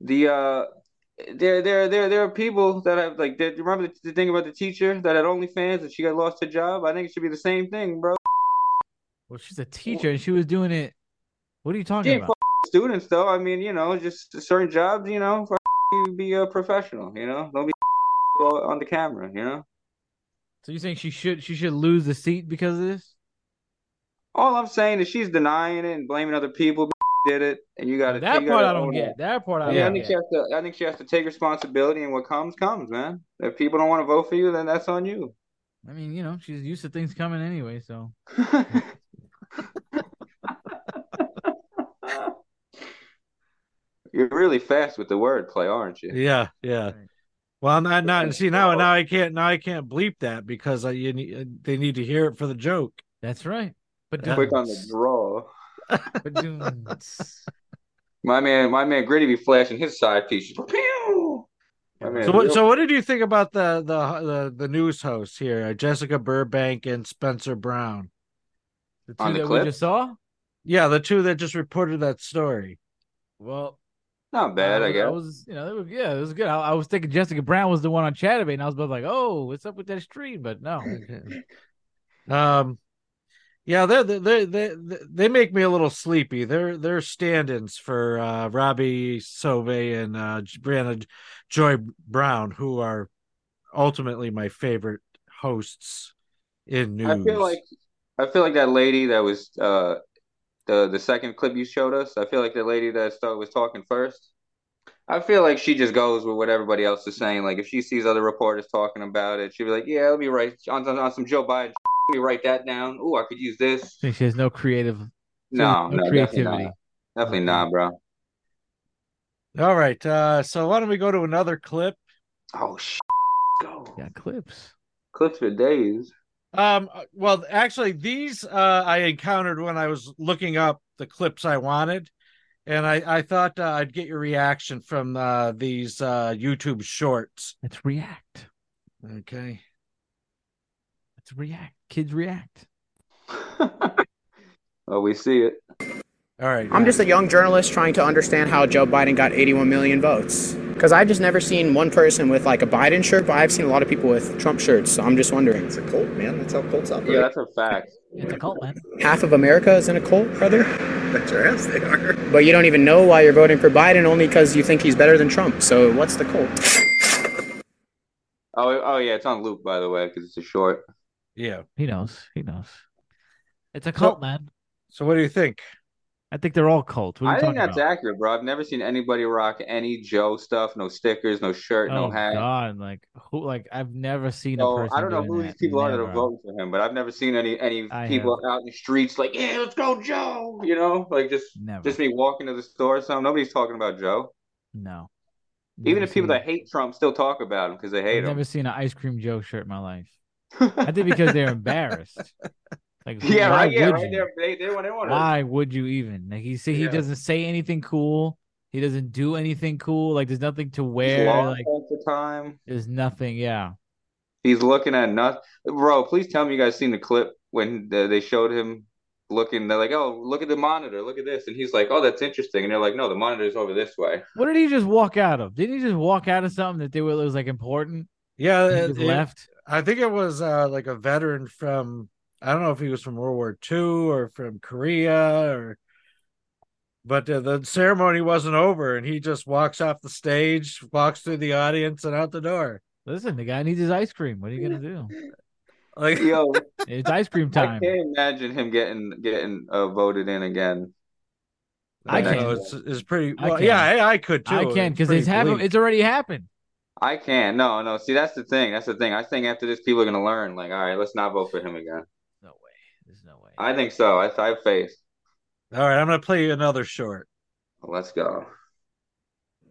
the uh, there there there there are people that have like. Did you remember the, the thing about the teacher that had OnlyFans and she got lost her job? I think it should be the same thing, bro. Well, she's a teacher and she was doing it. What are you talking Yeah, about? Students, though, I mean, you know, just certain jobs, you know, for you be a professional, you know, don't be on the camera, you know. So you think she should she should lose the seat because of this? All I'm saying is she's denying it and blaming other people. Did it, and you got to that part I don't get. That part Yeah, I I don't think she get. has to. I think she has to take responsibility, and what comes comes, man. If people don't want to vote for you, then that's on you. I mean, you know, she's used to things coming anyway. So You're really fast with the wordplay, aren't you? Yeah, yeah. Right. Well, I'm not, not see now now I can't now I can't bleep that because I you need, they need to hear it for the joke. that's right. But Yeah. Quick on the draw. so My man, my man, Gritty be flashing his side pieces. Pew! My man, So what Bill- so what did you think about the the the, the news hosts here, uh, Jessica Burbank and Spencer Brown? the two On the that clip? we just saw. Yeah, the two that just reported that story. Well, Not bad, I, I was- guess. was, you know, they were, yeah, it was good. I, I was thinking Jessica Brown was the one on Chatterbait, and I was both like, "Oh, what's up with that stream?" But no, um yeah, they they they they make me a little sleepy. They're they're stand-ins for uh, Robbie Sove and uh, Brianna Joy Brown, who are ultimately my favorite hosts in news. I feel like I feel like that lady that was uh, the the second clip you showed us. I feel like the lady that started, was talking first. I feel like she just goes with what everybody else is saying. Like if she sees other reporters talking about it, she'd be like, "Yeah, let me write on, on, on some Joe Biden. Let me write that down. Ooh, I could use this." I think she has no creative, No, no no, creativity. definitely not, definitely not bro. All right, uh, so why don't we go to another clip? Oh sh, go Yeah, clips. clips for days. Um, well, actually, these uh, I encountered when I was looking up the clips I wanted, and I, I thought uh, I'd get your reaction from uh, these uh, YouTube shorts. Let's react. Okay. Let's react. Kids react. oh, we see it. All right. I'm just a young journalist trying to understand how Joe Biden got 81 million votes. Because I've just never seen one person with like a Biden shirt, but I've seen a lot of people with Trump shirts. So I'm just wondering. It's a cult, man. That's how cults Yeah, operate. that's a fact. It's a cult, man. Half of America is in a cult, brother. Bet your ass they are. But you don't even know why you're voting for Biden only because you think he's better than Trump. So what's the cult? Oh, oh yeah, it's on loop by the way because it's a short. Yeah. He knows. He knows. It's a cult, man. So, what do you think? I think they're all cults. What are you I think talking that's about? accurate, bro. I've never seen anybody rock any Joe stuff, no stickers, no shirt, oh no hat. God! Like who? Like I've never seen a So person. I don't know doing who that. these people are that Never. are voting for him, but I've never seen any any I people out in the streets like, "Yeah, let's go, Joe!" You know, like just Never. just me walking to the store or something. Nobody's talking about Joe. No. Even Never if people seen- that hate Trump still talk about him because they hate I've him. never seen an ice cream Joe shirt in my life. I think because they're embarrassed. Like yeah, why right. Yeah, would right. you? There, they, they, want- they want to. Why would you even? Like he see, he Yeah. doesn't say anything cool. He doesn't do anything cool. Like there's nothing to He's wear. lost Like all the time. there's nothing. Yeah. He's looking at nothing. Bro, please tell me you guys seen the clip when the, they showed him looking. They're like, "Oh, look at the monitor. Look at this," and he's like, "Oh, that's interesting." And they're like, "No, the monitor's over this way." What did he just walk out of? Didn't he just walk out of something that they were was like important? Yeah, and he it- just Uh, it- left. I think it was uh, like a veteran from I don't know if he was from World War II or from Korea or but uh, the ceremony wasn't over and he just walks off the stage, walks through the audience and out the door. Listen, the guy needs his ice cream. What are you gonna do? Like Yo, It's ice cream I time. can't imagine him getting getting uh, voted in again. I don't can. know, It's, it's pretty I well, can. yeah, I, I could too. I can because pretty it's happened. bleak. It's already happened. I can't. No, no. See, that's the thing. That's the thing. I think after this, people are gonna learn. Like, all right, let's not vote for him again. No way. There's no way. I think so. I, I have faith. All right, I'm gonna play you another short. Let's go.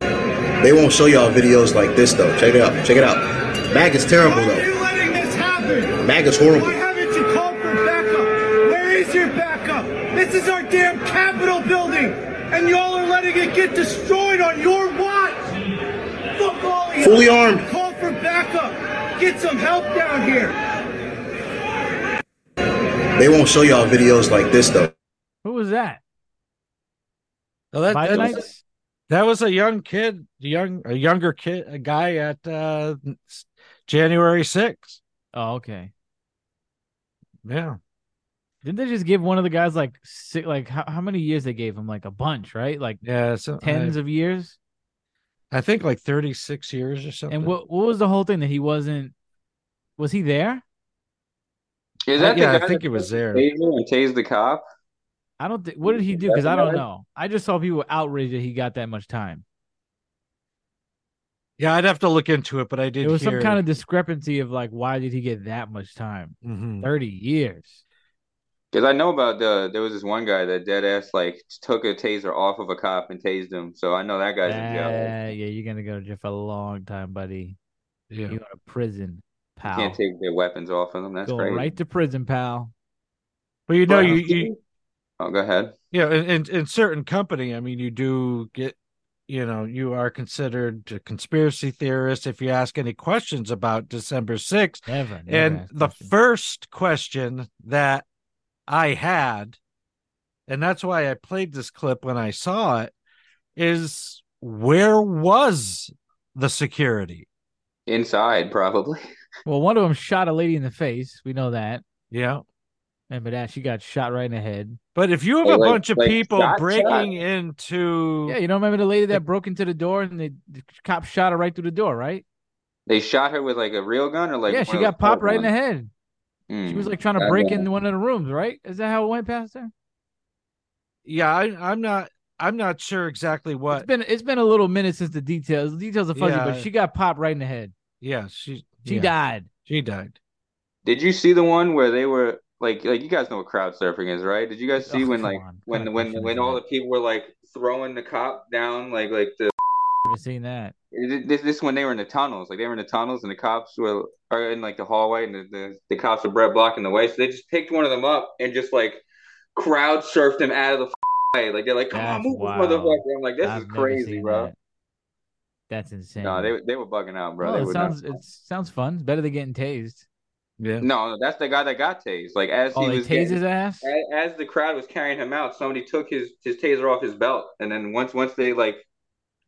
They won't show y'all videos like this though. Check it out. Check it out. Mag is terrible Why are though. you letting this happen? Mag is Why horrible. haven't you called for backup? Where is your backup? This is our damn Capitol building, and y'all are letting it get destroyed on your watch. Fuck all of you. Fully armed. Call for backup. Get some help down here. They won't show y'all videos like this though. Who was that? Now that, Five that's- nights. That was a young kid, young a younger kid, a guy at uh s- January 6th. Oh, okay. Yeah. Didn't they just give one of the guys like six, like how, how many years they gave him? Like a bunch, right? Like Yeah, so tens of years. I, I think like 36 years or something. And what what was the whole thing that he wasn't? Was he there? Is Uh, that yeah, the I guy think that it was there. tased him and tased the cop? I don't think. What did he do? Because I don't know. I just saw people outraged that he got that much time. Yeah, I'd have to look into it, but I did There was some hear- kind of discrepancy of like, why did he get that much time? Mhm. Thirty years. Because I know about the there was this one guy that dead ass like took a taser off of a cop and tased him. So I know that guy's in jail. Uh, yeah, you're gonna go to jail for a long time, buddy. Yeah. You go to prison, You pal. can't take their weapons off of them. That's go crazy. right to prison, pal. Well, you know, But- you, you Oh, go ahead. yeah, in, in in certain company, I mean, you do get, you know, you are considered a conspiracy theorist if you ask any questions about December 6th. Never. never And ask the questions. first question that I had, and that's why I played this clip when I saw it, is where was the security? Inside, probably. Well, one of them shot a lady in the face. We know that. Yeah. Remember that she got shot right in the head. But if you have Well, a like- bunch of like people shot, shot. breaking into Yeah, you don't remember the lady that broke into the door and the, the cop shot her right through the door, right? They shot her with like a real gun or like yeah, one she of got those popped right in old the ones? head. She Mm. was like trying to I break know. into one of the rooms, right? Is that how it went, Pastor? yeah, I, I'm not I'm not sure exactly It's what. been it's been a little minute since the details. The details are fuzzy, Yeah. but she got popped right in the head. Yeah, she She yeah, died. She died. Did you see the one where they were like like you guys know what crowd surfing is, right? Did you guys see Oh, when come like on. when Kinda when question when is all that? the people were like throwing the cop down like like the Never seen that. This this when they were in the tunnels, like they were in the tunnels, and the cops were are in like the hallway, and the, the, the cops were Brett blocking the way. So they just picked one of them up and just like crowd surfed him out of the way. Like they're like, "Come on, That's move, this wild. motherfucker!" I'm like, "This I've is never crazy, seen bro." that. That's insane. No, they they were bugging out, bro. Well, they Oh, it were sounds not. it sounds fun. It's better than getting tased. Yeah. No, no, that's the guy that got tased. Like as Oh, he they was tased getting- his ass. a- as the crowd was carrying him out, somebody took his his taser off his belt, and then once once they like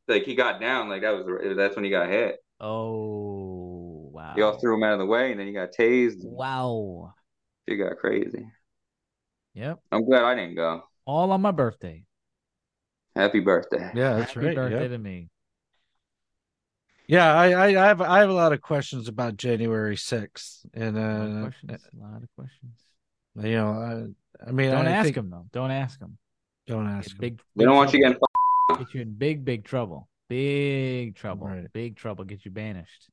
like he got down, like that was the- that's when he got hit. Oh wow. They all threw him out of the way, and then he got tased. and Wow. It got crazy. Yep. I'm glad I didn't go. All on my birthday. Happy birthday. Yeah, that's Happy right. birthday Yeah, to me. yeah I, I, I have I have a lot of questions about January sixth, and A lot of uh, questions. A lot of questions. you know, I, I mean, Don't I ask think- him though. Don't ask him. Don't Get ask him. Big, We don't want you trouble. getting f- get you in big, big trouble. Big trouble. Right. Big trouble. Get you banished.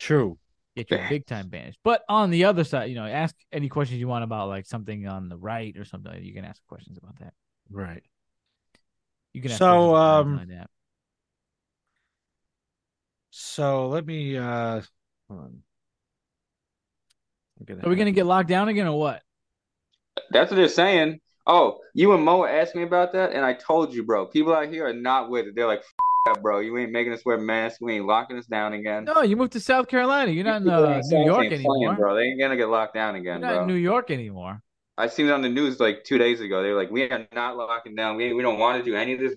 True. Get you big time banished. But on the other side, you know, ask any questions you want about like something on the right or something. You can ask questions about that. Right. You can ask So, questions about um, like that. So let me. uh Hold on. I'm gonna Are we have- gonna get locked down again or what? That's what they're saying. Oh, you and Mo asked me about that, and I told you, bro. People out here are not with it. They're like, F- that, bro. You ain't making us wear masks. We ain't locking us down again. No, you moved to South Carolina. You're not in People uh, South New ain't York playing, anymore. bro. They ain't gonna get locked down You're again, not in New bro. York anymore. I seen it on the news like two days ago. They were like, we are not locking down. We we don't want to do any of this.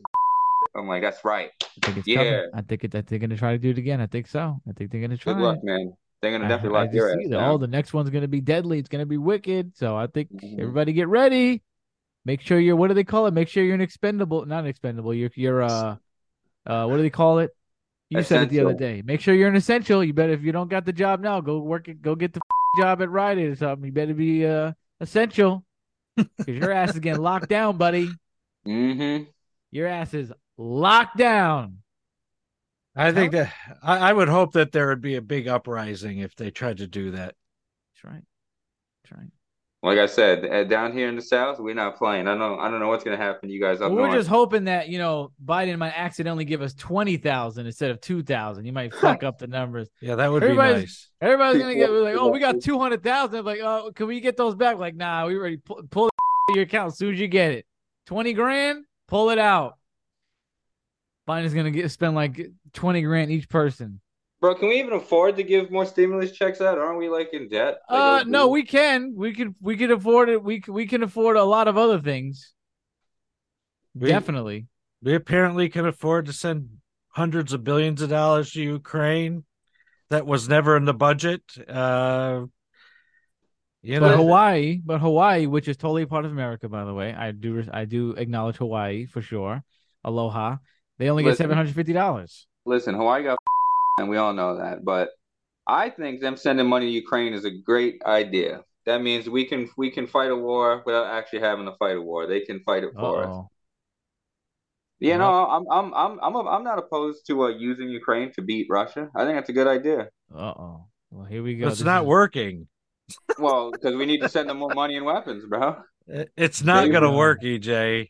I'm like, that's right. I think it's Yeah. coming. I think it, that they're gonna try to do it again. I think so. I think they're gonna try. Good luck, man. They're gonna I- definitely I lock just your see ass that, down. Oh, the next one's gonna be deadly. It's gonna be wicked. So I think Mhm. everybody get ready. Make sure you're. What do they call it? Make sure you're an expendable, not expendable. You're you're uh, uh, what do they call it? You said it the other Essential. day. Make sure you're an essential. You better if you don't got the job now, go work it. Go get the job at Rite Aid or something. You better be uh essential because your ass is getting locked down, buddy. Mm-hmm. Your ass is locked down. I think that I, I would hope that there would be a big uprising if they tried to do that. That's right. That's right. Like I said, uh, down here in the South, we're not playing. I don't. I don't know what's gonna happen to you guys up Well, we're north. just hoping that you know Biden might accidentally give us twenty thousand instead of two thousand. You might fuck up the numbers. Yeah, that would Everybody's- be nice. Everybody's gonna get like, oh, we got two hundred thousand. Like, oh, can we get those back? Like, nah, we already pull, pull it out of your account as soon as you get it. Twenty grand, pull it out. Biden's gonna get spend like twenty grand each person. Bro, can we even afford to give more stimulus checks out? Aren't we like in debt? Uh, Like, no, we can, we could, we could afford it. We c- we can afford a lot of other things. We- Definitely. We apparently can afford to send hundreds of billions of dollars to Ukraine that was never in the budget. Uh, you But know, Hawaii, but Hawaii, which is totally part of America, by the way, I do I do acknowledge Hawaii for sure. Aloha. They only get Listen. seven hundred fifty dollars. listen, Hawaii got and we all know that. But I think them sending money to Ukraine is a great idea. That means we can we can fight a war without actually having to fight a war. They can fight it for us. Oh, You know, I'm I'm I'm I'm I'm not opposed to uh, using Ukraine to beat Russia. I think that's a good idea. uh oh. Well, here we go. it's This not is- working. Well, because we need to send them more money and weapons, bro. It- It's not There going to you go. work, EJ.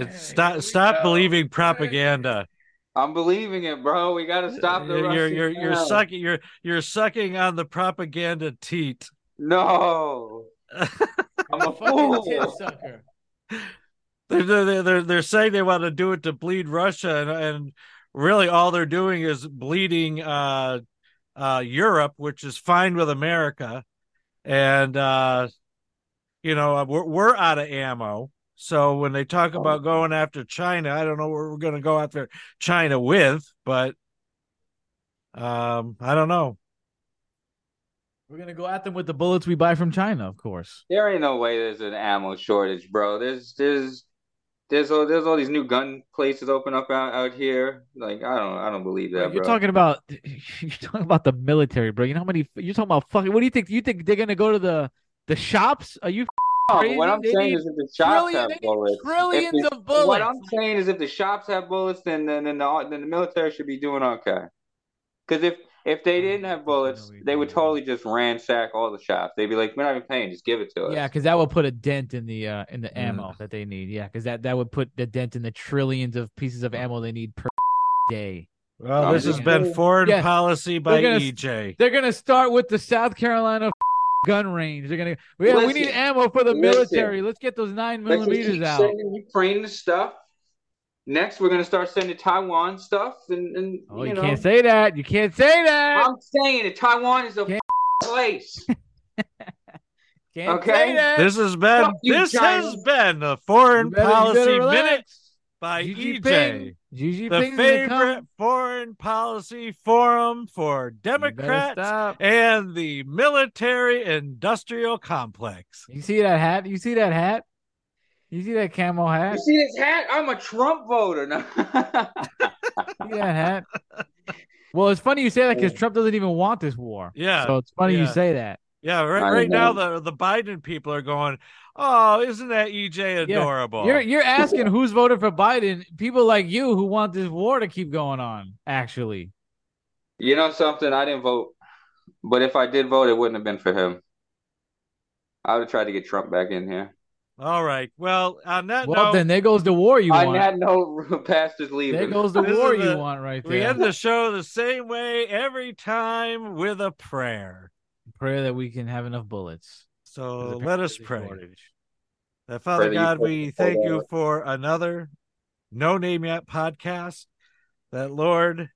It's stop stop believing propaganda. I'm believing it, bro. We got to stop the You're you're Russians you're, you're now. sucking you're you're sucking on the propaganda teat. No, I'm a Fucking fool. tit sucker. They're, they're, they're, they're saying they want to do it to bleed Russia, and, and really all they're doing is bleeding uh, uh, Europe, which is fine with America. And, uh, you know, uh, we're, we're out of ammo. So when they talk Oh. about going after China, I don't know where we're going to go after China with, but um, I don't know. We're gonna go at them with the bullets we buy from China, of course. There ain't no way there's an ammo shortage, bro. There's there's there's all there's all these new gun places open up out, out here. Like I don't I don't believe that, bro. you're talking about you're talking about the military, bro. You know how many you're talking about fucking what do you think? You think they're gonna go to the the shops? Are you No, crazy? what I'm They saying need is if the shops trillion- have they need bullets, if the- trillions of What bullets. I'm saying is if the shops have bullets, then then then the, then the military should be doing okay. Because if if Oh, they didn't have bullets, they would totally just ransack all the shops. They'd be like, "We're not even paying. Just give it to us." Yeah, because that would put a dent in the uh in the Yeah. ammo that they need. Yeah, because that that would put the dent in the trillions of pieces of ammo they need per day. Well, I'm this has just- been foreign Yeah. policy by E gonna- EJ. They're gonna start with the South Carolina gun range. They're gonna we, we need Listen. ammo for the Listen. military. Let's get those nine Let's just millimeters keep out. sending Ukraine the stuff. Next, we're gonna start sending Taiwan stuff, and, and Oh, you, you know. can't say that. You can't say that. I'm saying it. Taiwan is a Can't- place. Can't okay. say that. This has been Fuck you, this China. has been the foreign You better- you better policy relax. minute by Xi EJ. Jinping. Xi the Jinping's gonna come. favorite foreign policy forum for You better Democrats stop. and the military industrial complex. You see that hat? You see that hat? You see that camo hat? You see this hat? I'm a Trump voter. No. You see that hat? Well, it's funny you say that because Trump doesn't even want this war. Yeah, So it's funny you yeah. say that. Yeah, right, I right now know. the the Biden people are going, "Oh, isn't that EJ Yeah, adorable?" You're you're asking who's voted for Biden. People like you who want this war to keep going on. Actually, you know something? I didn't vote, but if I did vote, it wouldn't have been for him. I would have tried to get Trump back in here. All right. Well, on that Well, note, then there goes the war you On want. that note, Pastor's there leaving. goes the This is war you the- want right there. we end the show the same way every time with a prayer. Prayer that we can have enough bullets. There's So apparently let us a pray. shortage. That Father that you God, pray we for thank the- you for another No Name Yet podcast. That Lord,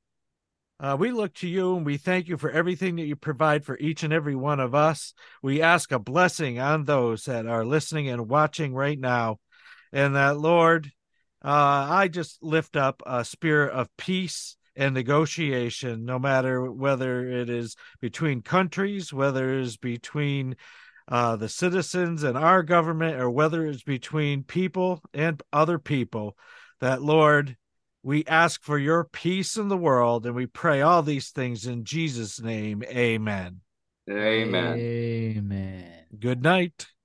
uh, we look to you and we thank you for everything that you provide for each and every one of us. We ask a blessing on those that are listening and watching right now. And that, Lord, uh, I just lift up a spirit of peace and negotiation, no matter whether it is between countries, whether it is between uh, the citizens and our government, or whether it's between people and other people, that Lord, we ask for your peace in the world and we pray all these things in Jesus' name. Amen. Amen. Amen. Good night.